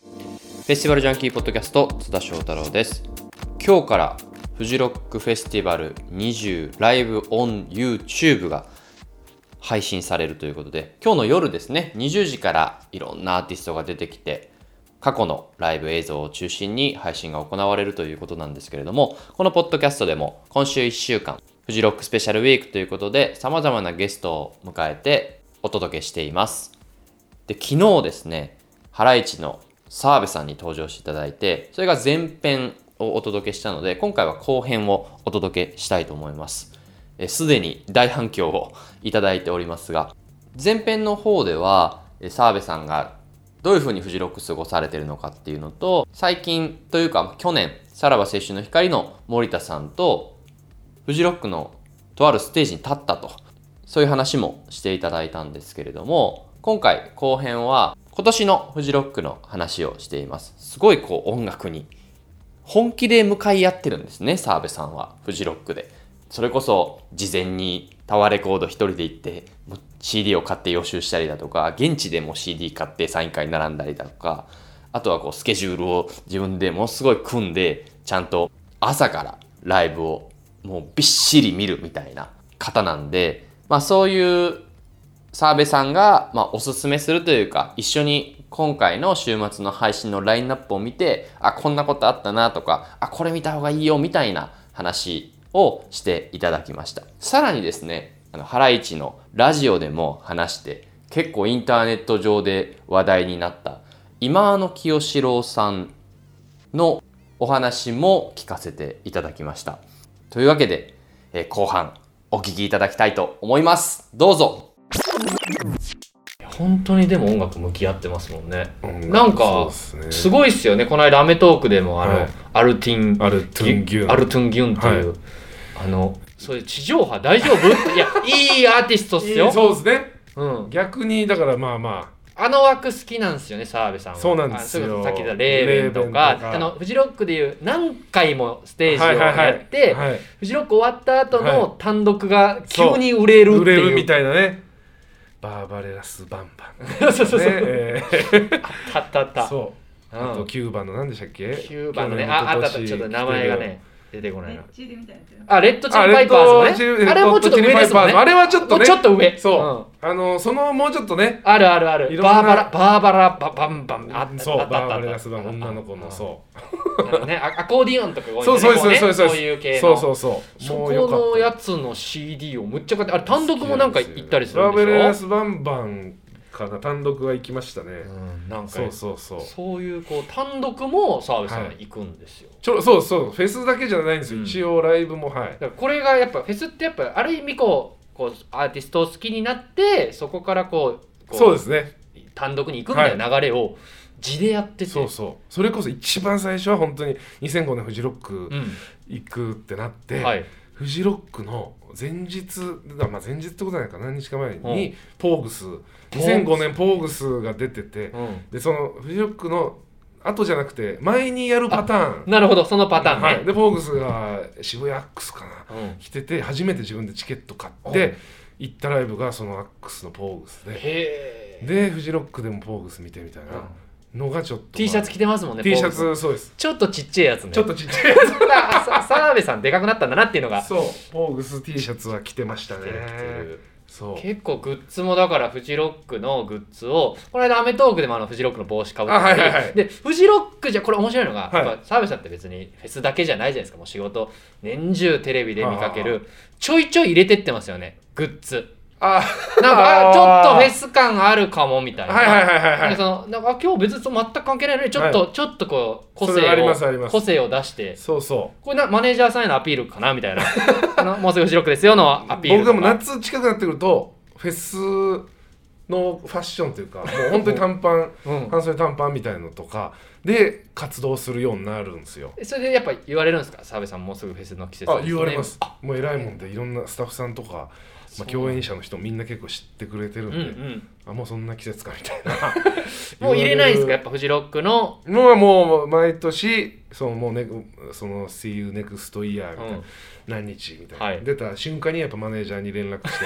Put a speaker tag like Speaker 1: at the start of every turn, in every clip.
Speaker 1: フェスティバルジャンキーポッドキャスト津田翔太郎です今日からフジロックフェスティバル20ライブオン YouTube が配信されるということで今日の夜ですね20時からいろんなアーティストが出てきて過去のライブ映像を中心に配信が行われるということなんですけれどもこのポッドキャストでも今週1週間フジロックスペシャルウィークということで様々なゲストを迎えてお届けしていますで昨日ですねハライチの澤部さんに登場していただいてそれが前編をお届けしたので今回は後編をお届けしたいと思いますえーすでに大反響をいただいておりますが前編の方ではえー澤部さんがどういうふうにフジロック過ごされてるのかっていうのと最近というか去年さらば青春の光の森田さんとフジロックのとあるステージに立ったとそういう話もしていただいたんですけれども今回後編は今年のフジロックの話をしていますすごいこう音楽に本気で向かい合ってるんですね澤部さんはフジロックでそれこそ事前にタワーレコード一人で行ってもう CD を買って予習したりだとか現地でも CD 買ってサイン会に並んだりだとかあとはこうスケジュールを自分でものすごい組んでちゃんと朝からライブをもうびっしり見るみたいな方なんで、まあ、そういう澤部さんが、まあ、おすすめするというか一緒に今回の週末の配信のラインナップを見てあこんなことあったなとかあこれ見た方がいいよみたいな話をしていただきましたさらにですねあのハライチのラジオでも話して結構インターネット上で話題になった今野清志郎さんのお話も聞かせていただきましたというわけで、えー後半お聞きいただきたいと思いますどうぞ
Speaker 2: 本当にでも音楽向き合ってますもんね
Speaker 3: なん
Speaker 2: かす
Speaker 3: い
Speaker 2: ごいっすよねこの間『アメトーーク』でもあの、
Speaker 3: はい
Speaker 2: アルティン
Speaker 3: アルトゥンギュン
Speaker 2: アルトゥンギュンっていう、あのそういう地上波大丈夫いやいいアーティストっすよ
Speaker 3: そうですね
Speaker 2: うん、
Speaker 3: 逆にだからまあま
Speaker 2: あの枠好きなんですよね澤部さんは
Speaker 3: そうなんですよ
Speaker 2: あそれこそさっき言ったレーベンとか
Speaker 3: レーベンとか
Speaker 2: あのフジロックでいう何回もステー
Speaker 3: あ
Speaker 2: ジをやって、
Speaker 3: はい、
Speaker 2: フジロック終わった後
Speaker 3: は
Speaker 2: の単独が急に売れるって
Speaker 3: 売れ
Speaker 2: いう
Speaker 3: るみたいなねバーバレラスバンバ ン、ね
Speaker 2: そうそうそう、
Speaker 3: えー
Speaker 2: たったった
Speaker 3: そう
Speaker 2: うん
Speaker 3: あと9番の何でしたっけ
Speaker 2: 9番のね、ああったあった、ちょっと名前がね、出てこない
Speaker 4: レ
Speaker 2: な
Speaker 4: ッ。チリみたいなやつ
Speaker 2: あ、レッドチ
Speaker 3: あ
Speaker 2: リパ
Speaker 3: レッ
Speaker 2: イパーズも
Speaker 3: ドチリ
Speaker 2: ね。あれもちょっと上ですもんね。
Speaker 3: あれはちょっと
Speaker 2: も
Speaker 3: ね
Speaker 2: うちょっと上。
Speaker 3: そう、あのそのもうちょっとね
Speaker 2: うん。あるあるある。
Speaker 3: いろんな
Speaker 2: バーバラ、バーバラ、ババンバン。あった
Speaker 3: そう
Speaker 2: あった
Speaker 3: バー
Speaker 2: あったあ
Speaker 3: バ
Speaker 2: った
Speaker 3: レラスバン女の子のそう
Speaker 2: なるほどね。あアコーディオンとか多いよ
Speaker 3: う
Speaker 2: ね
Speaker 3: そうそう
Speaker 2: も
Speaker 3: そう
Speaker 2: ね
Speaker 3: そうそう
Speaker 2: そういう系の。
Speaker 3: そうそうそう
Speaker 2: そ
Speaker 3: も
Speaker 2: こ
Speaker 3: うよかった
Speaker 2: のやつの CD をむっちゃ買って、あれ単独もなんか行ったりするん
Speaker 3: ラ
Speaker 2: でし
Speaker 3: ベレ
Speaker 2: ょ
Speaker 3: ラスバンバンから単独は行きましたね、
Speaker 2: うんなんか
Speaker 3: そうそうそう
Speaker 2: そういうこう単独も澤部さんが行くんですよ。
Speaker 3: ちょそうそうフェスだけじゃないんですよ、
Speaker 2: うん
Speaker 3: 一応ライブもはい
Speaker 2: だからこれがやっぱフェスってやっぱある意味こうこうアーティストを好きになってそこからこうこ
Speaker 3: そうですね
Speaker 2: 単独に行くみたいな流れを地でやってて、
Speaker 3: そうそうそれこそ一番最初は本当に2005年フジロック
Speaker 2: う
Speaker 3: 行くってなって、
Speaker 2: ん、はい、
Speaker 3: フジロックの前日だ、まあ、前日ってことないか何日か前に、
Speaker 2: う
Speaker 3: ポーグス2005年ポーグスが出てて、でそのフジロックの後じゃなくて前にやるパターン
Speaker 2: なるほどそのパターンね、
Speaker 3: はい、でポーグスが渋谷アックスかな
Speaker 2: うん
Speaker 3: 来てて初めて自分でチケット買っ
Speaker 2: うん
Speaker 3: て行ったライブがそのアックスのポーグスで
Speaker 2: へえ
Speaker 3: でフジロックでもポーグス見てみたいなのがちょっと、
Speaker 2: T シャツ
Speaker 3: 着
Speaker 2: 着てますもんね
Speaker 3: T シャ
Speaker 2: ポーズ
Speaker 3: ツそうです
Speaker 2: ちょっとちっちゃいやつね
Speaker 3: ちょっとちっちゃいや
Speaker 2: あさ澤部さんでかくなったんだなっていうの が
Speaker 3: つそうポーグス T シャツは着てましたね
Speaker 2: 出てきてる
Speaker 3: そう
Speaker 2: 結構グッズもだからフジロックのグッズをこの間『アメトーーク』でもあのフジロックの帽子かぶってたり
Speaker 3: あはいはいはい
Speaker 2: でフジロックじゃこれ面白いのが、
Speaker 3: はい
Speaker 2: やっぱ澤部さんって別にフェスだけじゃないじゃないですかもう仕事年中テレビで見かけ
Speaker 3: は
Speaker 2: るちょいちょい入れてってますよねグッズ
Speaker 3: あ
Speaker 2: なんかあ
Speaker 3: あ
Speaker 2: ち
Speaker 3: ー
Speaker 2: ょっとフェス感あるかもみたいな。
Speaker 3: はいはいはいはいは
Speaker 2: なんか
Speaker 3: い
Speaker 2: そのなんか今日別に全く関係ないのにちょっと、ちょっとこう個
Speaker 3: そ
Speaker 2: 性
Speaker 3: れありますあり
Speaker 2: を
Speaker 3: ます
Speaker 2: 個性を出して
Speaker 3: そうそう
Speaker 2: これなマネージャーさんへのアピールかなみたい なあのもうすぐフジロックですよのアピール
Speaker 3: 僕
Speaker 2: と
Speaker 3: が
Speaker 2: か
Speaker 3: もう夏近くなってくるとフェスのファッションというかもう本当に短パン
Speaker 2: うん
Speaker 3: 半袖短パンみたいなのとかで活動するようになるんですよ
Speaker 2: それでやっぱ言われるんですか澤部さんもうすぐフェスの季節です
Speaker 3: あ
Speaker 2: ね
Speaker 3: 言われますもう偉いもんでいろんなスタッフさんとか、まあ、共演者の人みんな結構知ってくれてるん
Speaker 2: うん
Speaker 3: で、
Speaker 2: うん
Speaker 3: あもうそんな季節かみたいな
Speaker 2: もう入れないんですかやっぱフジロックの
Speaker 3: のはもう毎年そのもうねその「See you next year」みたいな、
Speaker 2: うん
Speaker 3: 何日みたいな、
Speaker 2: はい
Speaker 3: 出た瞬間にやっぱマネージャーに連絡し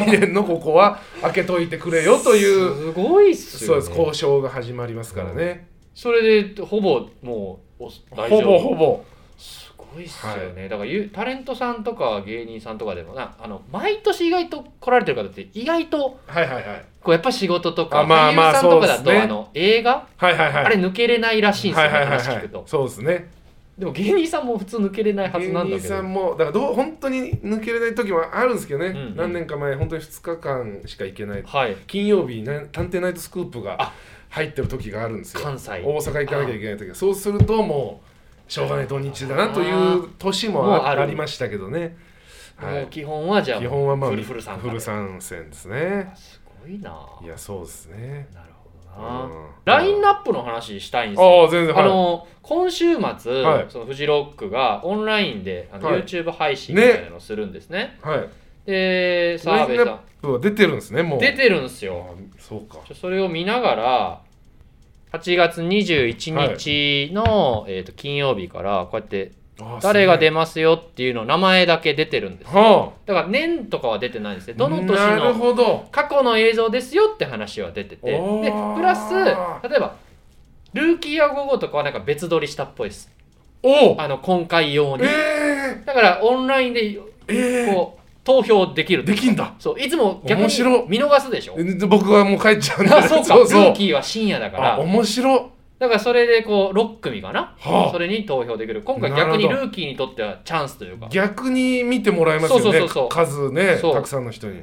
Speaker 3: て来年のここは開けといてくれよという
Speaker 2: すごいっす
Speaker 3: そう
Speaker 2: よ、ね、
Speaker 3: です交渉が始まりますからね、
Speaker 2: それでほぼもうお大丈
Speaker 3: ほ
Speaker 2: 夫
Speaker 3: ぼほぼ
Speaker 2: すごいっすよね、だからゆタレントさんとか芸人さんとかでもなあの毎年意外と来られてる方って意外と
Speaker 3: はいはいはい
Speaker 2: こうやっぱ仕事とか
Speaker 3: あまあ
Speaker 2: 俳優
Speaker 3: まあ
Speaker 2: さんとかだ
Speaker 3: そう
Speaker 2: と、
Speaker 3: ですね
Speaker 2: あの映画、
Speaker 3: はいはいはい
Speaker 2: あれ抜けれないらしいんですよ、ね
Speaker 3: はいはいはい
Speaker 2: 話
Speaker 3: は
Speaker 2: 聞く
Speaker 3: い
Speaker 2: と
Speaker 3: そうですね
Speaker 2: でも芸人さんも普通抜けれないはずなんだ
Speaker 3: 芸
Speaker 2: け
Speaker 3: 人
Speaker 2: ど
Speaker 3: さんもだからどう本当に抜けれない時もあるんですけどね、
Speaker 2: んうん
Speaker 3: 何年か前本当に2日間しか行けない
Speaker 2: はい
Speaker 3: 金曜日な探偵ナイトスクープが
Speaker 2: あ
Speaker 3: 入ってる時があるんですよ
Speaker 2: 関西
Speaker 3: 大阪行かなきゃいけない時がそうするともうしょうがない土日だなという年も
Speaker 2: もう
Speaker 3: あ
Speaker 2: ある
Speaker 3: ありましたけどね、は
Speaker 2: もう
Speaker 3: い、
Speaker 2: 基本はじゃあ
Speaker 3: 基本はまあ
Speaker 2: フルフルさん
Speaker 3: フル参戦ですね
Speaker 2: すごいない
Speaker 3: やそうですね
Speaker 2: なるほどな、
Speaker 3: うん
Speaker 2: ラインナップの話したいんですよ
Speaker 3: ああ全然
Speaker 2: あ
Speaker 3: は
Speaker 2: の今週末、
Speaker 3: はい
Speaker 2: そのフジロックがオンラインであの、
Speaker 3: はい
Speaker 2: YouTube 配信みたいなのをするんですね
Speaker 3: い、はい、
Speaker 2: で澤
Speaker 3: ライ
Speaker 2: 部
Speaker 3: ンナ
Speaker 2: さ
Speaker 3: ップは出てるんですねも
Speaker 2: ん
Speaker 3: う
Speaker 2: 出てるんです
Speaker 3: あ
Speaker 2: よ
Speaker 3: ーそうか
Speaker 2: ちょそれを見ながら8月21日の、えー、と金曜日からこうやって
Speaker 3: あー
Speaker 2: 誰が
Speaker 3: すげえ
Speaker 2: 出ますよっていうの名前だけ出てるんです
Speaker 3: は
Speaker 2: だから年とかは出てないんですね
Speaker 3: あ
Speaker 2: どの年
Speaker 3: なる
Speaker 2: の
Speaker 3: ほど
Speaker 2: 過去の映像ですよって話は出ててで
Speaker 3: おー
Speaker 2: プラス例えばルーキーや午後とかはなんか別撮りしたっぽいです
Speaker 3: お
Speaker 2: あの今回用に
Speaker 3: え
Speaker 2: だからオンラインで
Speaker 3: ー、えー、
Speaker 2: こう投票できる
Speaker 3: できんだ
Speaker 2: そういつも逆に
Speaker 3: 面白
Speaker 2: 見逃すでしょ
Speaker 3: え僕はもう帰っちゃうんだ
Speaker 2: あそうか
Speaker 3: そうそ
Speaker 2: ル
Speaker 3: う
Speaker 2: ーキーは深夜だか
Speaker 3: あ
Speaker 2: ら
Speaker 3: 面白は
Speaker 2: だからそれでこう6組かなそ
Speaker 3: あ
Speaker 2: れに投票できる今回
Speaker 3: なるほ
Speaker 2: 逆
Speaker 3: ど
Speaker 2: にルーキーにとってはチャンスというか
Speaker 3: 逆に見てもらえますよね
Speaker 2: そうそうそうそう
Speaker 3: 数ね
Speaker 2: そう
Speaker 3: たくさんの人に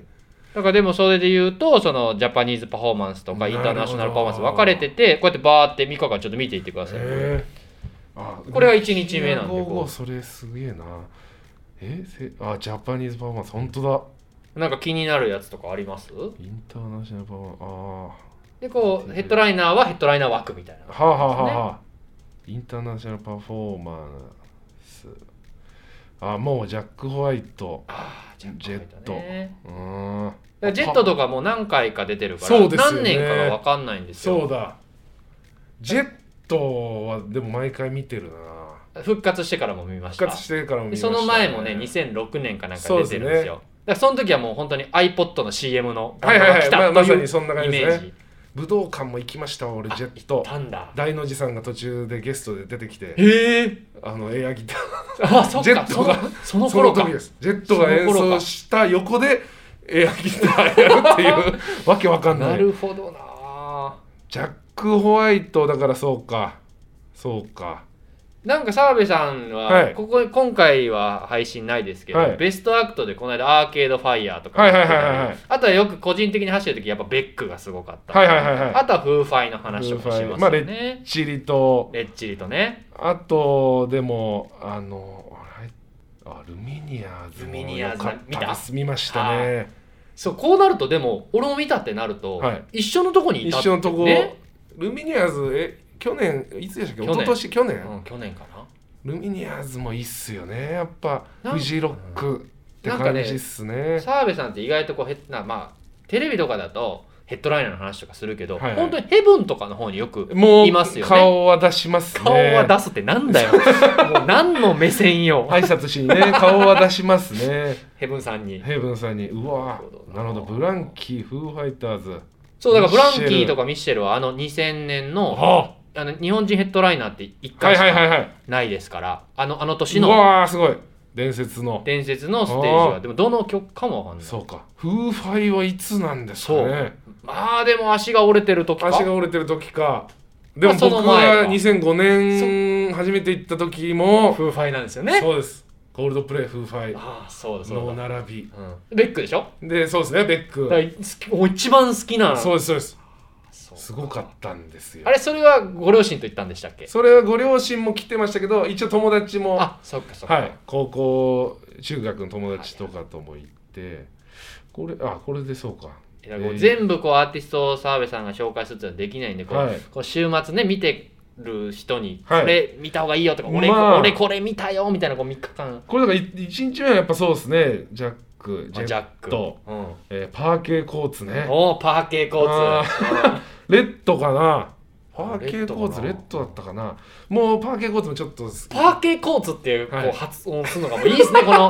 Speaker 2: だからでもそれで言うとそのジャパニーズパフォーマンスとかインターナショナルパフォーマンス分かれててこうやってバーってミカがちょっと見ていってください
Speaker 3: えー、あ
Speaker 2: これが一日目なんで
Speaker 3: 午
Speaker 2: こ
Speaker 3: 後
Speaker 2: う
Speaker 3: それすげえなえせあジャパニーズパフォーマンス本当だ
Speaker 2: なんか気になるやつとかあります
Speaker 3: インターナショナルパフォーマンス
Speaker 2: でこうヘッドライナーはヘッドライナー枠みたい
Speaker 3: あ
Speaker 2: な
Speaker 3: ーはあはあはあはあインターナショナルパフォーマンスあもうジャック・ホワイト
Speaker 2: あー
Speaker 3: ジェット
Speaker 2: ジャックホワイね
Speaker 3: うーん
Speaker 2: だからジェットとかもう何回か出てるか
Speaker 3: そ
Speaker 2: ら
Speaker 3: うですよね
Speaker 2: 何年かが分かんないんです
Speaker 3: そう
Speaker 2: よ
Speaker 3: だジェットはでも毎回見てるな
Speaker 2: 復活してからも見ました
Speaker 3: 復活してからも見
Speaker 2: で
Speaker 3: ました
Speaker 2: その前もね2006年かなんか出てるんですよ
Speaker 3: そ
Speaker 2: だからその時はもう本当に iPod の CM の
Speaker 3: はいはいはい
Speaker 2: 来た
Speaker 3: まあま
Speaker 2: と
Speaker 3: さ
Speaker 2: いう
Speaker 3: にそんな
Speaker 2: イ
Speaker 3: 感じ
Speaker 2: メ
Speaker 3: で
Speaker 2: ー
Speaker 3: すね
Speaker 2: ジ
Speaker 3: 武道館も行きましたわ俺ジェッ
Speaker 2: 行っ
Speaker 3: ト
Speaker 2: たんだ
Speaker 3: 大の字さんが途中でゲストで出てきて
Speaker 2: へえ
Speaker 3: あのエアギター
Speaker 2: あそっ
Speaker 3: ジェッ
Speaker 2: か
Speaker 3: ト
Speaker 2: そ
Speaker 3: が
Speaker 2: のその
Speaker 3: その
Speaker 2: 頃か
Speaker 3: 時ですジェットが演奏した横でエアギターやるっていう わけわかんな
Speaker 2: ないるほどな
Speaker 3: ジャック・ホワイトだからそうかそうか
Speaker 2: なんか澤部さん
Speaker 3: は
Speaker 2: はいここ今回は配信ないですけど、
Speaker 3: はい
Speaker 2: ベストアクトでこの間アーケードファイヤーとか
Speaker 3: はいはいはいはいはい
Speaker 2: あとはよく個人的に走る時やっぱベックがすごかった、
Speaker 3: はいはいはいはい
Speaker 2: あとはフーファイの話をしますよね、
Speaker 3: まあレ
Speaker 2: レ
Speaker 3: ッチリと
Speaker 2: ッチリとね
Speaker 3: あとでもあのあれあルミニアーズも良かったです見ましたね
Speaker 2: そうこうなるとでも俺も見たってなると、
Speaker 3: はい
Speaker 2: 一緒のとこにい
Speaker 3: 一
Speaker 2: たって
Speaker 3: 緒のとこ、
Speaker 2: ね
Speaker 3: ルミニアーズえ去年いつでしたっけ
Speaker 2: 去
Speaker 3: 一
Speaker 2: 年
Speaker 3: 昨年去年
Speaker 2: うん、去年かな
Speaker 3: ルミニアーズもいいっすよねやっぱ
Speaker 2: なん
Speaker 3: フジロックって感じっすね
Speaker 2: 澤部さんって意外とこうヘッなまあテレビとかだとヘッドライナーの話とかするけど、
Speaker 3: はいはい
Speaker 2: 本当にヘブンとかの方によく
Speaker 3: もう
Speaker 2: いますよね
Speaker 3: 顔は出しますね
Speaker 2: 顔は出すってなん だよ、もう何の目線よ、
Speaker 3: 挨拶しにね顔は出しますね
Speaker 2: ヘブンさんに
Speaker 3: ヘイブンさんにうわな
Speaker 2: な
Speaker 3: る
Speaker 2: る
Speaker 3: ほど
Speaker 2: ほど
Speaker 3: ブランキーフーファイターズ
Speaker 2: そうだからブランキ
Speaker 3: ミッシェル
Speaker 2: ーとかミッシェルはあの2000年の
Speaker 3: は
Speaker 2: あの日本人ヘッドライナーって1
Speaker 3: あは
Speaker 2: 回
Speaker 3: い
Speaker 2: し
Speaker 3: はいは
Speaker 2: か
Speaker 3: いはい
Speaker 2: ないですから、あのあの年
Speaker 3: う
Speaker 2: の
Speaker 3: わーすごい伝説の
Speaker 2: 伝説のステージ
Speaker 3: あ
Speaker 2: は
Speaker 3: ー
Speaker 2: でもどの曲かもわかんない
Speaker 3: そうかフーファイはいつなんですかね
Speaker 2: まあでも足が折れてる時か
Speaker 3: 足が折れてる時かでも
Speaker 2: まあそ
Speaker 3: 僕
Speaker 2: の前
Speaker 3: が
Speaker 2: か
Speaker 3: 2005年初めて行った時も
Speaker 2: フーファイなんですよね
Speaker 3: そうですコールドプレイフーファイ
Speaker 2: ああそうだそうだ
Speaker 3: の並
Speaker 2: うんベックでしょ
Speaker 3: びでそうですねベック
Speaker 2: だから好きもう一番好きな
Speaker 3: そうですそうです
Speaker 2: そう
Speaker 3: すごかったんですよ
Speaker 2: あれそれはご両親と言ったんでしたっけ
Speaker 3: それはご両親も来てましたけど一応友達もは
Speaker 2: あそっかそっか、
Speaker 3: い高校中学の友達とかとも行ってこれあこれでそうか
Speaker 2: だからこ
Speaker 3: え
Speaker 2: う
Speaker 3: ー
Speaker 2: 全部こうアーティストを澤部さんが紹介するっていうのはできないんでこう、
Speaker 3: はい
Speaker 2: こう週末ね見てる人にこ
Speaker 3: はい
Speaker 2: れ見た方がいいよとか、俺
Speaker 3: まあ
Speaker 2: 俺これ見たよみたいなこう3日間
Speaker 3: これだから1日目はやっぱそうですねジャックジ
Speaker 2: ジ
Speaker 3: ェ
Speaker 2: ャ
Speaker 3: ッ
Speaker 2: ック
Speaker 3: と
Speaker 2: うん
Speaker 3: えーパーケーコーツね
Speaker 2: おーパーケー交
Speaker 3: あ
Speaker 2: 通
Speaker 3: レッドかなパーケ
Speaker 2: レ
Speaker 3: ー
Speaker 2: ッド
Speaker 3: コー
Speaker 2: か
Speaker 3: ツ
Speaker 2: な
Speaker 3: レッドだったかなもうパーケーコーツもちょっと好き
Speaker 2: パーケー交通っていうこ
Speaker 3: はいう
Speaker 2: 発音するのがもういいですね、この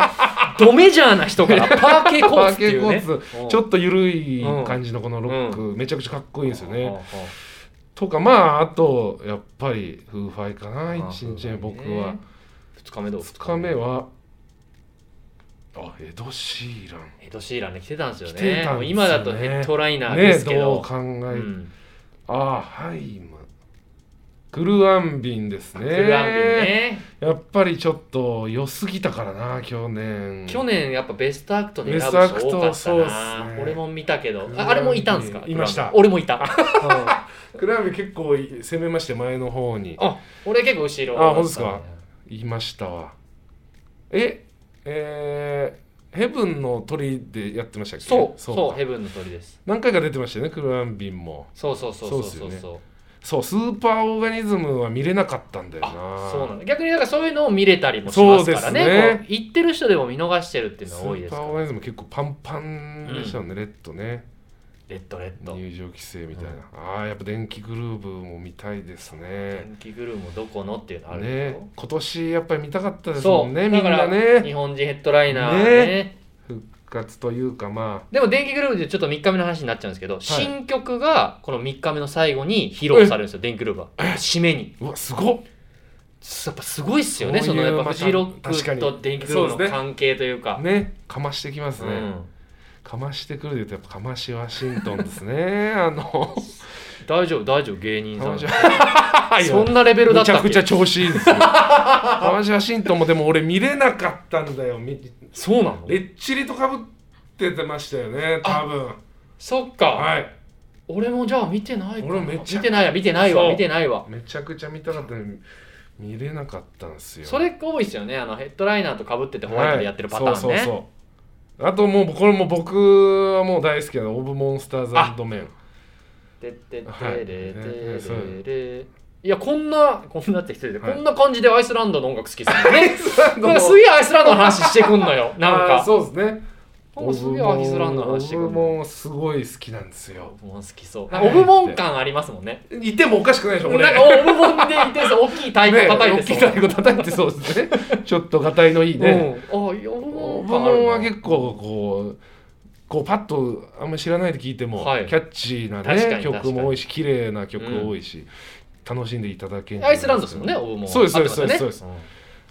Speaker 2: ドメジャーな人からパーケー
Speaker 3: パ
Speaker 2: 交
Speaker 3: ー
Speaker 2: 通ってい
Speaker 3: ケー
Speaker 2: う
Speaker 3: コ
Speaker 2: ね
Speaker 3: ーツ
Speaker 2: うん
Speaker 3: ちょっと緩い感じのこのロック、めちゃくちゃかっこいいんですよね、
Speaker 2: うんうんうん
Speaker 3: とかまああとやっぱりフーファイかな
Speaker 2: あー
Speaker 3: 1日目
Speaker 2: フー
Speaker 3: 僕
Speaker 2: ファイね
Speaker 3: は
Speaker 2: 2日目どう
Speaker 3: 2日目はあエド・シーラン
Speaker 2: エド・シーランね来てたんですよ
Speaker 3: 来て
Speaker 2: ね
Speaker 3: たんですよね
Speaker 2: もう今だとヘッドライナー
Speaker 3: ね
Speaker 2: ですけど
Speaker 3: どう考え、
Speaker 2: うん
Speaker 3: ああハイムクルアンビンですね
Speaker 2: クルアンビンね、
Speaker 3: やっぱりちょっと良すぎたからな去年
Speaker 2: 去年やっぱベストアクトに選ぶ
Speaker 3: ベストアク
Speaker 2: 人
Speaker 3: ト
Speaker 2: 多かった
Speaker 3: そうっ
Speaker 2: な、
Speaker 3: すね
Speaker 2: 俺も見たけど
Speaker 3: クルアンビン
Speaker 2: ああれもいたんですか
Speaker 3: いました
Speaker 2: クルアンビン俺もいた
Speaker 3: クルアンビン結構攻めまして前の方に
Speaker 2: あ俺結構後ろ
Speaker 3: あ本当ですか言いましたわええーヘブンの鳥でやってましたっけ
Speaker 2: そうそう
Speaker 3: そうか
Speaker 2: ヘブンの鳥です
Speaker 3: 何回か出てましたよねクルアンビンも
Speaker 2: そうそうそうそう
Speaker 3: そ
Speaker 2: そうう
Speaker 3: っす
Speaker 2: そう、
Speaker 3: そうスーパーオーガニズムは見れなかったんだよ
Speaker 2: あ
Speaker 3: な
Speaker 2: そうなんだ逆にだからそういうのを見れたりもしますからね
Speaker 3: そうですね
Speaker 2: こう行ってる人でも見逃してるっていうの
Speaker 3: ス
Speaker 2: は多い
Speaker 3: ー
Speaker 2: です
Speaker 3: パ
Speaker 2: か
Speaker 3: ーオー
Speaker 2: ら
Speaker 3: ガニズム結構パンパンでしたよね、レッドね
Speaker 2: レッドレッド
Speaker 3: 入場規制みたいな、ああやっぱ電気グルーブも見たいですね
Speaker 2: 天気グルーもどこのっていうのあるでし
Speaker 3: ね
Speaker 2: ょ
Speaker 3: 今年やっぱり見たかったですも
Speaker 2: そ
Speaker 3: ん
Speaker 2: う
Speaker 3: ねみ
Speaker 2: だ
Speaker 3: ん
Speaker 2: か
Speaker 3: な
Speaker 2: ら
Speaker 3: ね
Speaker 2: 日本人ヘッドライナーね
Speaker 3: 復活というかま
Speaker 2: でも電気グルーブでちょっと3日目の話になっちゃうんですけど、新曲がこの3日目の最後に披露されるんですよ電気グルーブは締めに
Speaker 3: あうわすごっ
Speaker 2: やっぱすごいっすよね
Speaker 3: そ
Speaker 2: そう
Speaker 3: いう
Speaker 2: のやっぱ
Speaker 3: また
Speaker 2: フジロッ
Speaker 3: 確か
Speaker 2: ク
Speaker 3: に
Speaker 2: と電気グルー
Speaker 3: そう
Speaker 2: ブ
Speaker 3: で
Speaker 2: の
Speaker 3: すね
Speaker 2: 関係というか
Speaker 3: ねかましてきますね、
Speaker 2: うん
Speaker 3: かましてくるで言うとやっぱかましワシントンです ねあの
Speaker 2: 大丈夫大丈夫芸人さん
Speaker 3: かまし
Speaker 2: そんなレベル
Speaker 3: め
Speaker 2: だっ
Speaker 3: ち
Speaker 2: た
Speaker 3: ゃ
Speaker 2: っけ
Speaker 3: くちゃ調子いいですよかましワシントンもでも俺見れなかったんだよみ
Speaker 2: そうなの
Speaker 3: れっちりとかぶっててましたよね多分
Speaker 2: そっか、
Speaker 3: はい
Speaker 2: 俺もじゃあ見てないかな
Speaker 3: 俺もめっちゃ
Speaker 2: 見てないや見てないわ
Speaker 3: そう
Speaker 2: 見てないわ
Speaker 3: めちゃくちゃ見たかったのに見れなかったんですよ
Speaker 2: それ多いですよねあのヘッドライナーとかぶっててホワイトでやってるパターン
Speaker 3: は
Speaker 2: ね、
Speaker 3: いそうそうそうあともうこれも僕はもう大好きなオブモンスターズアンドメン
Speaker 2: てってって
Speaker 3: はい
Speaker 2: れれ
Speaker 3: ねそう
Speaker 2: れれいやこんなこんなって一人で、
Speaker 3: はい
Speaker 2: こんな感じでアイスランドの音楽好き ですよね
Speaker 3: なん
Speaker 2: なんかすげえアイスランドの話してくん のよなんか
Speaker 3: そうですね
Speaker 2: なんかすげえアイスランドの話してく
Speaker 3: オブ
Speaker 2: ん
Speaker 3: モ
Speaker 2: の
Speaker 3: ンすごい好きなんですよ
Speaker 2: オブモン好きそう
Speaker 3: はい
Speaker 2: オブモン感ありますもんね
Speaker 3: いてもおかしくないでしょ俺
Speaker 2: なんかオブモンでいてそう大きい太鼓叩いて
Speaker 3: ね大きい
Speaker 2: そ
Speaker 3: 太
Speaker 2: う、
Speaker 3: 鼓叩いてそうです ねちょっとがたいのいいね、
Speaker 2: うんあいやオブモ
Speaker 3: オ
Speaker 2: ン
Speaker 3: ブ
Speaker 2: 感あ
Speaker 3: モ
Speaker 2: る
Speaker 3: ン
Speaker 2: な
Speaker 3: は結構こうこうパッとあんまり知らないで聞いても、
Speaker 2: はい
Speaker 3: キャッチーな
Speaker 2: 確か
Speaker 3: ね
Speaker 2: に
Speaker 3: 曲も多いし綺麗な曲多いし、楽しんでいただけるんじゃ
Speaker 2: ア
Speaker 3: ない
Speaker 2: イスランドですもんねオブモンは
Speaker 3: そうですそうです
Speaker 2: 合ってま
Speaker 3: そう
Speaker 2: よ
Speaker 3: です
Speaker 2: ねん
Speaker 3: あ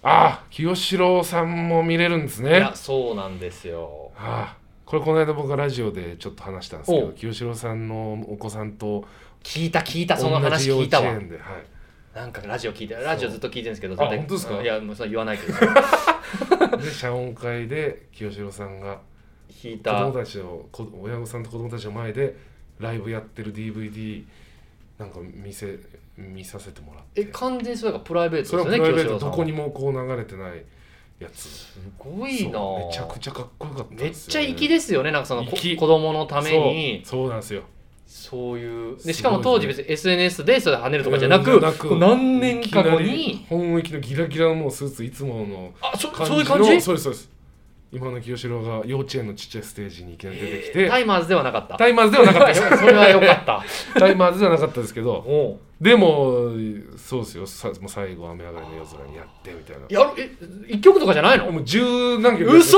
Speaker 3: あ清志郎さんも見れるんです
Speaker 2: い
Speaker 3: ね
Speaker 2: やそうなんですよ
Speaker 3: ああこれこの間僕がラジオでちょっと話したんですけ
Speaker 2: お
Speaker 3: ど
Speaker 2: う
Speaker 3: 清志郎さんのお子さんと
Speaker 2: 聞いた聞い
Speaker 3: 同
Speaker 2: たその
Speaker 3: じ
Speaker 2: 話
Speaker 3: 幼
Speaker 2: 聞いた
Speaker 3: 稚
Speaker 2: わ
Speaker 3: 園で、はい、
Speaker 2: なんかラジオ聞いてラジオずっと聞いてるんですけど
Speaker 3: あ本当ですか
Speaker 2: いやもうそれ言わない けど
Speaker 3: で謝恩会で清志郎さんが
Speaker 2: 聞い
Speaker 3: 子
Speaker 2: た
Speaker 3: 供たちをこ親御さんと子供たちの前でライブやってる DVD なんか見せ見させてもらっ
Speaker 2: え
Speaker 3: て
Speaker 2: 完全にそれがプライベー
Speaker 3: そ
Speaker 2: ト
Speaker 3: れ
Speaker 2: です
Speaker 3: は
Speaker 2: よ
Speaker 3: プラ
Speaker 2: ね
Speaker 3: イベート
Speaker 2: 清志郎さ
Speaker 3: ど
Speaker 2: んは
Speaker 3: こにもこう流れてないやつ
Speaker 2: すごいな
Speaker 3: そう
Speaker 2: ぁ
Speaker 3: めちゃくちゃかっこよかったん
Speaker 2: めっ
Speaker 3: です
Speaker 2: ちゃ
Speaker 3: よね、
Speaker 2: 粋ですよねなんかそのこ
Speaker 3: 粋
Speaker 2: 子供のために
Speaker 3: そうそうなんですよ
Speaker 2: そういう
Speaker 3: すごい
Speaker 2: でしかも当時別に SNS でそれ跳ねるとかじゃな
Speaker 3: うん
Speaker 2: くこう何年か後
Speaker 3: いきなり
Speaker 2: に
Speaker 3: 本域のギラギラのもうスーツいつもの
Speaker 2: あそ
Speaker 3: 感じの
Speaker 2: そういう感じ
Speaker 3: そうですそうです今の清志郎が幼稚園のちっちゃいステージにいきなり出てきて、
Speaker 2: えータイマーズではなかった
Speaker 3: タイマーズではなかったです
Speaker 2: それはよかった
Speaker 3: タイマーズではなかったですけど
Speaker 2: おう
Speaker 3: でもそうですよさもう最後雨上がりの夜空にやってみたいな
Speaker 2: やるえ一曲とかじゃないの
Speaker 3: もう十何曲
Speaker 2: 嘘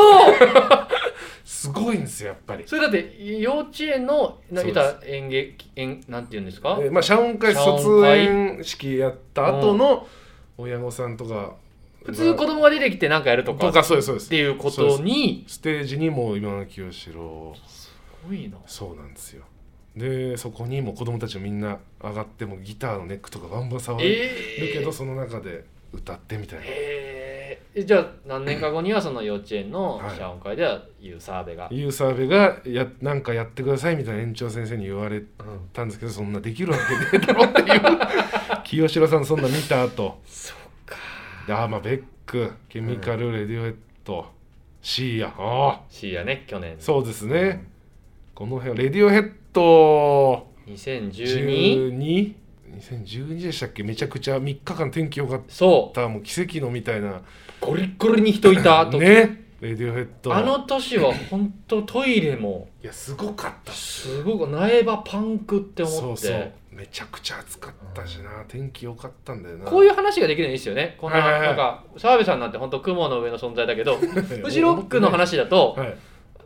Speaker 3: すごいんですよやっぱり
Speaker 2: それだって幼稚園のな
Speaker 3: そう
Speaker 2: 言
Speaker 3: です
Speaker 2: ったら演劇演なんて言うんですか
Speaker 3: えまあ謝恩会
Speaker 2: 謝恩会
Speaker 3: 卒園式やった後の親御さんとか
Speaker 2: 普通子供が出てきて何かやるとか
Speaker 3: と
Speaker 2: っ
Speaker 3: かそうですそうです
Speaker 2: ていうことに
Speaker 3: ステージにも今の清志郎
Speaker 2: すごいな
Speaker 3: そうなんですよでそこにもう子供たちもみんな上がってもうギターのネックとかバンバン触る
Speaker 2: ええ
Speaker 3: けど、その中で歌ってみたいな、
Speaker 2: えーえじゃあ何年か後にはその幼稚園の
Speaker 3: はい
Speaker 2: 謝恩会では言う澤部が、
Speaker 3: ユーサーベがや「なんかやってください」みたいな園長先生に言われたんですけどそんなできるわけねえだろっていう 清志郎さんそんな見た後
Speaker 2: そっか
Speaker 3: であーまあベックケミカル、レディオヘッドシーヤああ
Speaker 2: C やね去年
Speaker 3: そうですね、この辺はレディオヘッド
Speaker 2: 2012
Speaker 3: 12? 2012でしたっけめちゃくちゃ3日間天気良かっ
Speaker 2: そう
Speaker 3: たもう奇跡のみたいな
Speaker 2: ゴリッゴリに人いたと、
Speaker 3: ねレディオヘッド
Speaker 2: あの年は本当トイレも
Speaker 3: いやすごかった
Speaker 2: すごく苗場パンクって思って
Speaker 3: そうそうめちゃくちゃ暑かったしな天気良かったんだよな
Speaker 2: こういう話ができるのいいですよね。こんな、
Speaker 3: はいはいはい
Speaker 2: なんか、澤部さんなんて本当雲の上の存在だ けど、フジロックの話だと、
Speaker 3: はい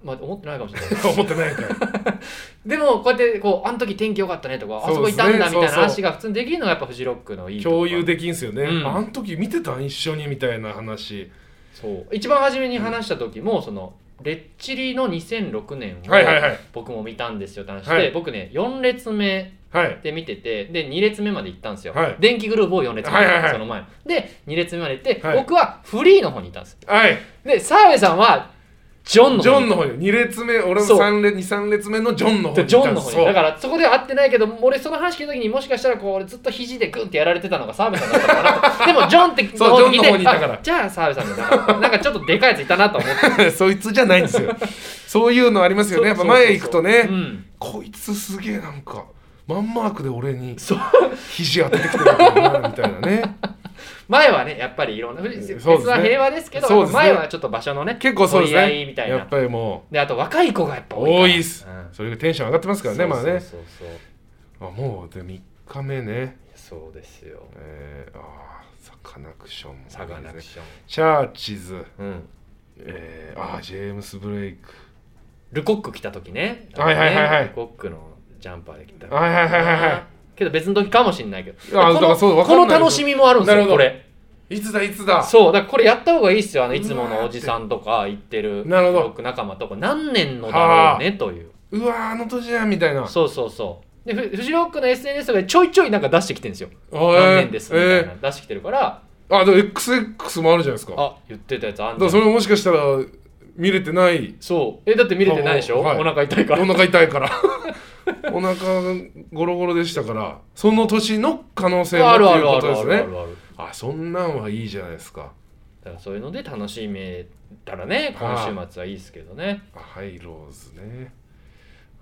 Speaker 2: まあ思ってないかもしれない。
Speaker 3: 思ってないから
Speaker 2: でもこうやってこうあの時天気良かったねとかあそこいたんだみたいな話が普通にできるのがやっぱフジロックのいいとこ
Speaker 3: 共有できんすよね、
Speaker 2: うん
Speaker 3: あの時見てたん一緒にみたいな話
Speaker 2: そう一番初めに話した時もそのレッチリの2006年を
Speaker 3: はいはいはい
Speaker 2: 僕も見たんですよって話して、
Speaker 3: はい
Speaker 2: 僕ね4列目
Speaker 3: はい
Speaker 2: で見ててで2列目まで行ったんですよ、
Speaker 3: はい
Speaker 2: 電気グループを4列目、
Speaker 3: はいはいはい
Speaker 2: その前で2列目まで行って、
Speaker 3: はい
Speaker 2: 僕はフリーの方にいたんですよ
Speaker 3: はい
Speaker 2: で澤部さんはジョンの
Speaker 3: ジ
Speaker 2: 方
Speaker 3: ョ
Speaker 2: に
Speaker 3: ンの方に2列目俺も
Speaker 2: そう
Speaker 3: 三列23列目のジョンの方に
Speaker 2: ジョンの方
Speaker 3: そ
Speaker 2: に
Speaker 3: う
Speaker 2: だからそこでは会ってないけど俺その話聞いた時にもしかしたらこう俺ずっと肘でグンってやられてたのが澤部さんだったのかな とでもジョンって
Speaker 3: そう
Speaker 2: の方にい
Speaker 3: ジョン
Speaker 2: て
Speaker 3: の方にいたから
Speaker 2: あじゃあ澤部さんだななんかちょっとでかいやついたなと思って
Speaker 3: そいつじゃないんですよそういうのありますよねやっぱ前行くとね
Speaker 2: うん
Speaker 3: こいつすげえなんかマンマークで俺に
Speaker 2: そう
Speaker 3: 肘当ててきてるからなみたいな ね
Speaker 2: 前はねやっぱりいろんなフリ
Speaker 3: そうです
Speaker 2: 別
Speaker 3: ね
Speaker 2: は平和ですけど
Speaker 3: そうですね
Speaker 2: 前はちょっと場所のね
Speaker 3: 結構そうです
Speaker 2: 取り合い
Speaker 3: ね
Speaker 2: みたい
Speaker 3: や
Speaker 2: な
Speaker 3: っぱりも
Speaker 2: であと若い子がやっぱ
Speaker 3: う
Speaker 2: 多いから
Speaker 3: 多いっす、
Speaker 2: うん
Speaker 3: それがテンション上がってますからねまあね
Speaker 2: そうそう
Speaker 3: あもうで3日目ね
Speaker 2: そうそうですよ
Speaker 3: えー、あーサカナクションもいいです
Speaker 2: サ
Speaker 3: ね
Speaker 2: ガナクション、
Speaker 3: チャーチズ
Speaker 2: うん、
Speaker 3: えー、あージェームス・ブレイク
Speaker 2: ルコック来た時ね
Speaker 3: はいはいはいはい
Speaker 2: あのねルコックのジャンパーで来た
Speaker 3: はいはいはいはいは
Speaker 2: けど別の時かもしれないけど
Speaker 3: あだ
Speaker 2: こ
Speaker 3: からそう
Speaker 2: の
Speaker 3: わかん
Speaker 2: こ
Speaker 3: ない
Speaker 2: の楽しみもあるんです
Speaker 3: なる
Speaker 2: よ
Speaker 3: ほど
Speaker 2: これ
Speaker 3: いいつだいつだ
Speaker 2: そうだからこれやった方がいいっすよあの
Speaker 3: うわ
Speaker 2: い
Speaker 3: ー
Speaker 2: つものおじさんとか行ってる
Speaker 3: なるほど
Speaker 2: ロック仲間とか何年のだろうねという
Speaker 3: うわーあの年じゃんみたいな
Speaker 2: そうそうそうでフフジロックの SNS とかでちょいちょいなんか出してきてるんですよ何
Speaker 3: 何
Speaker 2: 年ですみたいな出してきてるから
Speaker 3: あでも XX もあるじゃないですかだか
Speaker 2: あ言ってたやつあんじゃ
Speaker 3: ら
Speaker 2: ん
Speaker 3: それもしかしたら見れてない
Speaker 2: そうえだって見れてないでしょお
Speaker 3: はい
Speaker 2: 腹痛いから
Speaker 3: お腹痛いから お腹ゴロゴロでしたからその年の可能性も
Speaker 2: あ
Speaker 3: ある
Speaker 2: る
Speaker 3: と
Speaker 2: あ
Speaker 3: いう
Speaker 2: るあ
Speaker 3: ことで
Speaker 2: るあ
Speaker 3: す
Speaker 2: るあ
Speaker 3: ね
Speaker 2: るある
Speaker 3: あそんなんはいいじゃないですか
Speaker 2: だからそういうので楽しめたらね今週末はいいですけどね
Speaker 3: あハイローズね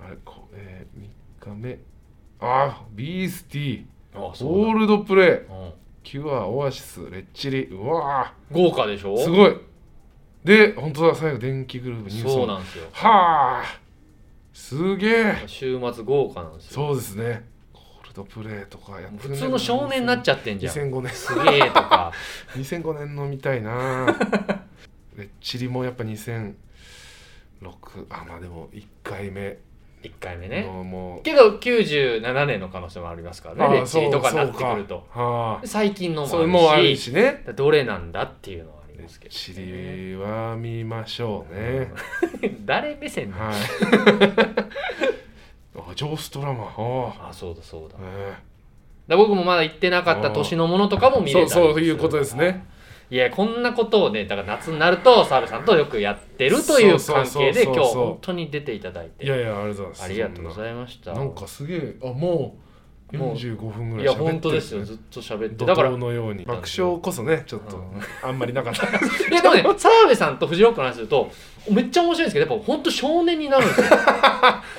Speaker 3: あれこえー、3日目あビースティ
Speaker 2: あ
Speaker 3: ーオールドプレイ
Speaker 2: だ、うん
Speaker 3: キュアオアシスレッチリうわ
Speaker 2: 豪華でしょ
Speaker 3: ーすごいで本当だ最後電気グループニュース
Speaker 2: そうなんですよ
Speaker 3: はあすげえ
Speaker 2: 週末豪華なんですよ
Speaker 3: そうですねコールドプレイとかやって
Speaker 2: 普通の少年になっちゃってんじ ゃんす
Speaker 3: 2005年
Speaker 2: げえとか
Speaker 3: 2005年の見たい なレッチリもやっぱ2006あまあでも1回目
Speaker 2: 1回目ね
Speaker 3: のもう、
Speaker 2: けど97年の可能性もありますからねレッチリとかになってくる
Speaker 3: そう
Speaker 2: と
Speaker 3: かはあ
Speaker 2: 最近のもあ
Speaker 3: そ
Speaker 2: る
Speaker 3: れ
Speaker 2: し
Speaker 3: もあるしね
Speaker 2: どれなんだっていうのはあり
Speaker 3: レ
Speaker 2: ます
Speaker 3: ッ
Speaker 2: けど、
Speaker 3: チリは見ましょうね、
Speaker 2: 誰目線なの
Speaker 3: はいあジョーストラマーあ
Speaker 2: あそうだそうだ
Speaker 3: あ、え
Speaker 2: だ僕もまだ行ってなかった年のものとかも見れたり
Speaker 3: そうそういうことですね
Speaker 2: いやこんなことをねだから夏になると澤部さんとよくやってるという
Speaker 3: そうそう
Speaker 2: 関
Speaker 3: そうそう
Speaker 2: 係で今日本当に出ていただい
Speaker 3: えいや
Speaker 2: て
Speaker 3: いやありがとうございます
Speaker 2: ありがとうご
Speaker 3: い
Speaker 2: ざいました
Speaker 3: なんかすげえあもう
Speaker 2: もう
Speaker 3: 45分ぐ
Speaker 2: い
Speaker 3: らい喋
Speaker 2: や
Speaker 3: ってる
Speaker 2: 本当ですよずっと喋って
Speaker 3: 怒
Speaker 2: だか ら
Speaker 3: 涛のように爆笑こそねちょっと、あんまりなか った
Speaker 2: いやでもね澤部さんとフジロックの話するとめっちゃ面白いんですけどやっぱ本当少年になる んですよ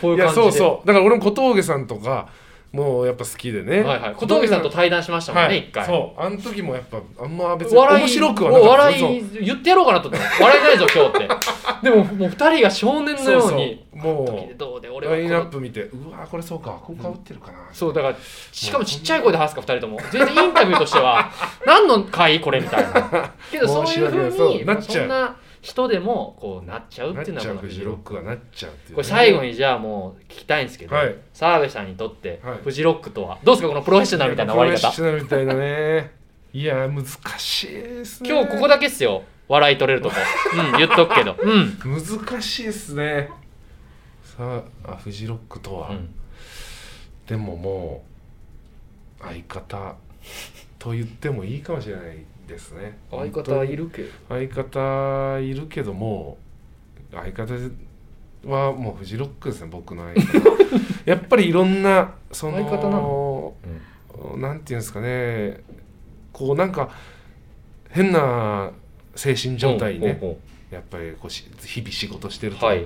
Speaker 2: こういう
Speaker 3: いや
Speaker 2: 感じで
Speaker 3: そうそうだから俺も小峠さんとかもうやっぱ好きでね、
Speaker 2: はいはい、小峠さんと対談しましたもんね、
Speaker 3: はい
Speaker 2: 一回
Speaker 3: そうあの時もやっぱあんま別に
Speaker 2: 笑い
Speaker 3: 面白くはなか
Speaker 2: お
Speaker 3: った
Speaker 2: 笑い言ってやろうかなと思った笑えないぞ今日ってでももう二人が少年の
Speaker 3: そう
Speaker 2: よ
Speaker 3: そうう
Speaker 2: に
Speaker 3: そうも
Speaker 2: 時どうで
Speaker 3: う
Speaker 2: 俺は
Speaker 3: ラインナッ
Speaker 2: こ
Speaker 3: プ見てうわこれそうかここかぶってるかな、
Speaker 2: のそうだからしかもちっちゃい声で話すか二人とも全然インタビューとしては 何の回これみたい なけどそういうふ
Speaker 3: 申し訳な
Speaker 2: う
Speaker 3: い
Speaker 2: に
Speaker 3: そうな
Speaker 2: まあ
Speaker 3: っちゃ
Speaker 2: そ
Speaker 3: うん
Speaker 2: な人でもこうなっちゃう
Speaker 3: な
Speaker 2: っ
Speaker 3: って
Speaker 2: いうの
Speaker 3: ち
Speaker 2: は
Speaker 3: ゃう
Speaker 2: この
Speaker 3: フジロックはなっちゃうっていうね、
Speaker 2: これ最後にじゃあもう聞きたいんですけど
Speaker 3: はい
Speaker 2: 澤部さんにとって
Speaker 3: はい
Speaker 2: フジロックとはどうですかこのプロフェッショナルみたいな終わり
Speaker 3: プロフェ
Speaker 2: 方
Speaker 3: ッショナルみたいなねいや難しいですね
Speaker 2: 今日ここだけっすよ笑い取れるとこうん言っとくけどうん
Speaker 3: 難しいですねさああフジロックとは、
Speaker 2: うん
Speaker 3: でももう相方と言ってもいいかもしれないですね
Speaker 2: 相方はいるけど
Speaker 3: 相方いるけども相方はもうフジロックですね僕の相 方やっぱりいろんなその
Speaker 2: 相方なのうん
Speaker 3: なんていうんですかねこうなんか変な精神状態にね
Speaker 2: ほうほ
Speaker 3: やっぱりこうし日々仕事してる
Speaker 2: う
Speaker 3: と
Speaker 2: ほうはい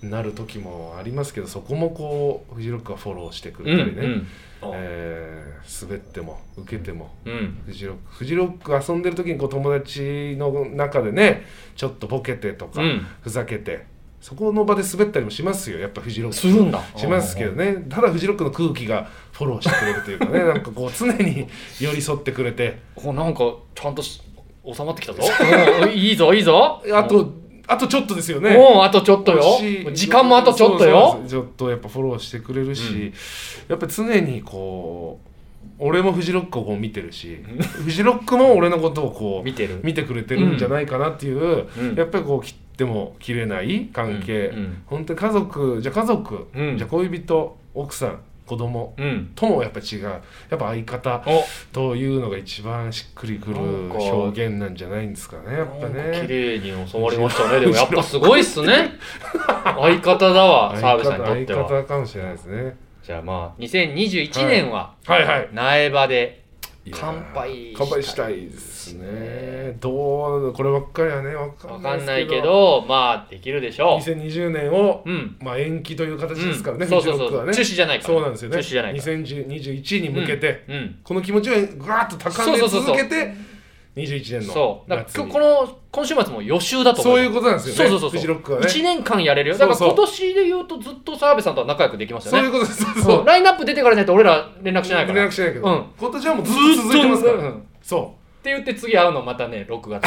Speaker 3: なる時もありますけど、そこもこうフジロックはフォローしてく
Speaker 2: うん
Speaker 3: れたりね、
Speaker 2: うん
Speaker 3: えー滑っても受けても
Speaker 2: うん
Speaker 3: フジロックフジロック遊んでる時にこう友達の中でねちょっとボケてとか、
Speaker 2: うん
Speaker 3: ふざけてそこの場で滑ったりもしますよやっぱフジロック
Speaker 2: するんだ
Speaker 3: しますけどねただフジロックの空気がフォローしてくれるというかねなんかこう常に寄り添ってくれて
Speaker 2: おなんかちゃんとし収まってきたぞおいいぞいいぞ
Speaker 3: あとあとちょっとですよね
Speaker 2: もうあとちょっとよ
Speaker 3: 欲しい
Speaker 2: 時間もあとちょっ
Speaker 3: そ
Speaker 2: と
Speaker 3: うそう
Speaker 2: よ
Speaker 3: そうちょっとやっぱフォローしてくれるし、
Speaker 2: うん
Speaker 3: やっぱ常にこう俺もフジロックをこう見てるしフジロックも俺のことをこう
Speaker 2: 見てる
Speaker 3: 見てくれてるんじゃないかなっていう、
Speaker 2: うん
Speaker 3: やっぱりこう切っても切れない関係、
Speaker 2: うん
Speaker 3: 本当に家族じゃあ家族、
Speaker 2: うん
Speaker 3: じゃあ恋人奥さん子供
Speaker 2: うん、うん
Speaker 3: ともやっぱ違うやっぱ相方
Speaker 2: お
Speaker 3: というのが一番しっくりくる
Speaker 2: なんか
Speaker 3: 表現なんじゃないんですかねやっぱ
Speaker 2: なんか綺
Speaker 3: ね。
Speaker 2: 麗に収まりましたねでもやっぱすごいっす ね相方だわ澤部さんにとって
Speaker 3: 相方
Speaker 2: は
Speaker 3: 相方かもしれないですね。
Speaker 2: じゃあまあ2021年は
Speaker 3: はいはい。
Speaker 2: 苗場で
Speaker 3: いやー
Speaker 2: 乾杯
Speaker 3: 乾杯したいですね。どうこればっかりはねわか
Speaker 2: わ
Speaker 3: ん
Speaker 2: か
Speaker 3: ない
Speaker 2: んない
Speaker 3: です
Speaker 2: けどまあできるでしょ
Speaker 3: 2020年を
Speaker 2: ううん
Speaker 3: まあ延期という形ですからね。
Speaker 2: うんそうそう
Speaker 3: フジロッ
Speaker 2: そう
Speaker 3: クはね
Speaker 2: 中止じゃないから
Speaker 3: そうなんですよね。
Speaker 2: 中止じゃないから
Speaker 3: 2021に向けて、
Speaker 2: うんうん
Speaker 3: この気持ちをぐわっと高め
Speaker 2: そうそうそうそう
Speaker 3: 続けて21年の
Speaker 2: そうだから
Speaker 3: 夏
Speaker 2: 今
Speaker 3: に
Speaker 2: 日この今週末も予習だと思
Speaker 3: そういうことなんですよね。
Speaker 2: そうそうそう
Speaker 3: フジロックはね。
Speaker 2: 1年間やれるよだから
Speaker 3: そうそ
Speaker 2: 今
Speaker 3: う
Speaker 2: 年で言うとずっと澤部さんとは仲良くできました
Speaker 3: そう
Speaker 2: ね
Speaker 3: いうことです。そう
Speaker 2: そ
Speaker 3: そうう。
Speaker 2: ラインナップ出てからじゃないと俺ら連絡しないから
Speaker 3: 連
Speaker 2: っ
Speaker 3: 絡しないけど、
Speaker 2: うん
Speaker 3: 今年はもうずっと続いてますか
Speaker 2: ずっと
Speaker 3: ら
Speaker 2: うん。
Speaker 3: そ
Speaker 2: て言って次会うのまたね6月
Speaker 3: う。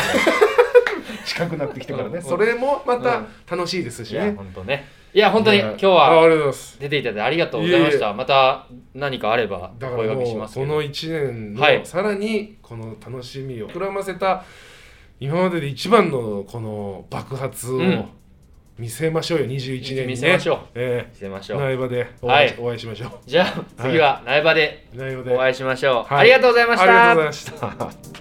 Speaker 3: 近くなってきてから
Speaker 2: うん
Speaker 3: ね。それもま
Speaker 2: うん
Speaker 3: た楽しいですし
Speaker 2: いや
Speaker 3: ね。
Speaker 2: 本当ねいや本当に
Speaker 3: いや
Speaker 2: 今日
Speaker 3: ああ
Speaker 2: は
Speaker 3: りがとうございます。
Speaker 2: 出ていただいてありがとうございましたまた何かあればお
Speaker 3: だか
Speaker 2: 声
Speaker 3: ら
Speaker 2: 掛
Speaker 3: も
Speaker 2: けし
Speaker 3: う
Speaker 2: ますけ
Speaker 3: こ
Speaker 2: ど
Speaker 3: の1年
Speaker 2: はい
Speaker 3: のさらにこの楽しみを膨らませた今までで一番のこの爆発を
Speaker 2: うん
Speaker 3: 見せましょうよ21年にね
Speaker 2: 見せましょう
Speaker 3: え
Speaker 2: してみまし
Speaker 3: え
Speaker 2: ょう
Speaker 3: 苗場でお会い,、
Speaker 2: はい
Speaker 3: お会いしましょう
Speaker 2: じゃあ次は苗場で
Speaker 3: 苗場で
Speaker 2: お会いしましょう、
Speaker 3: はい
Speaker 2: ありがとうございました
Speaker 3: ありがとうございました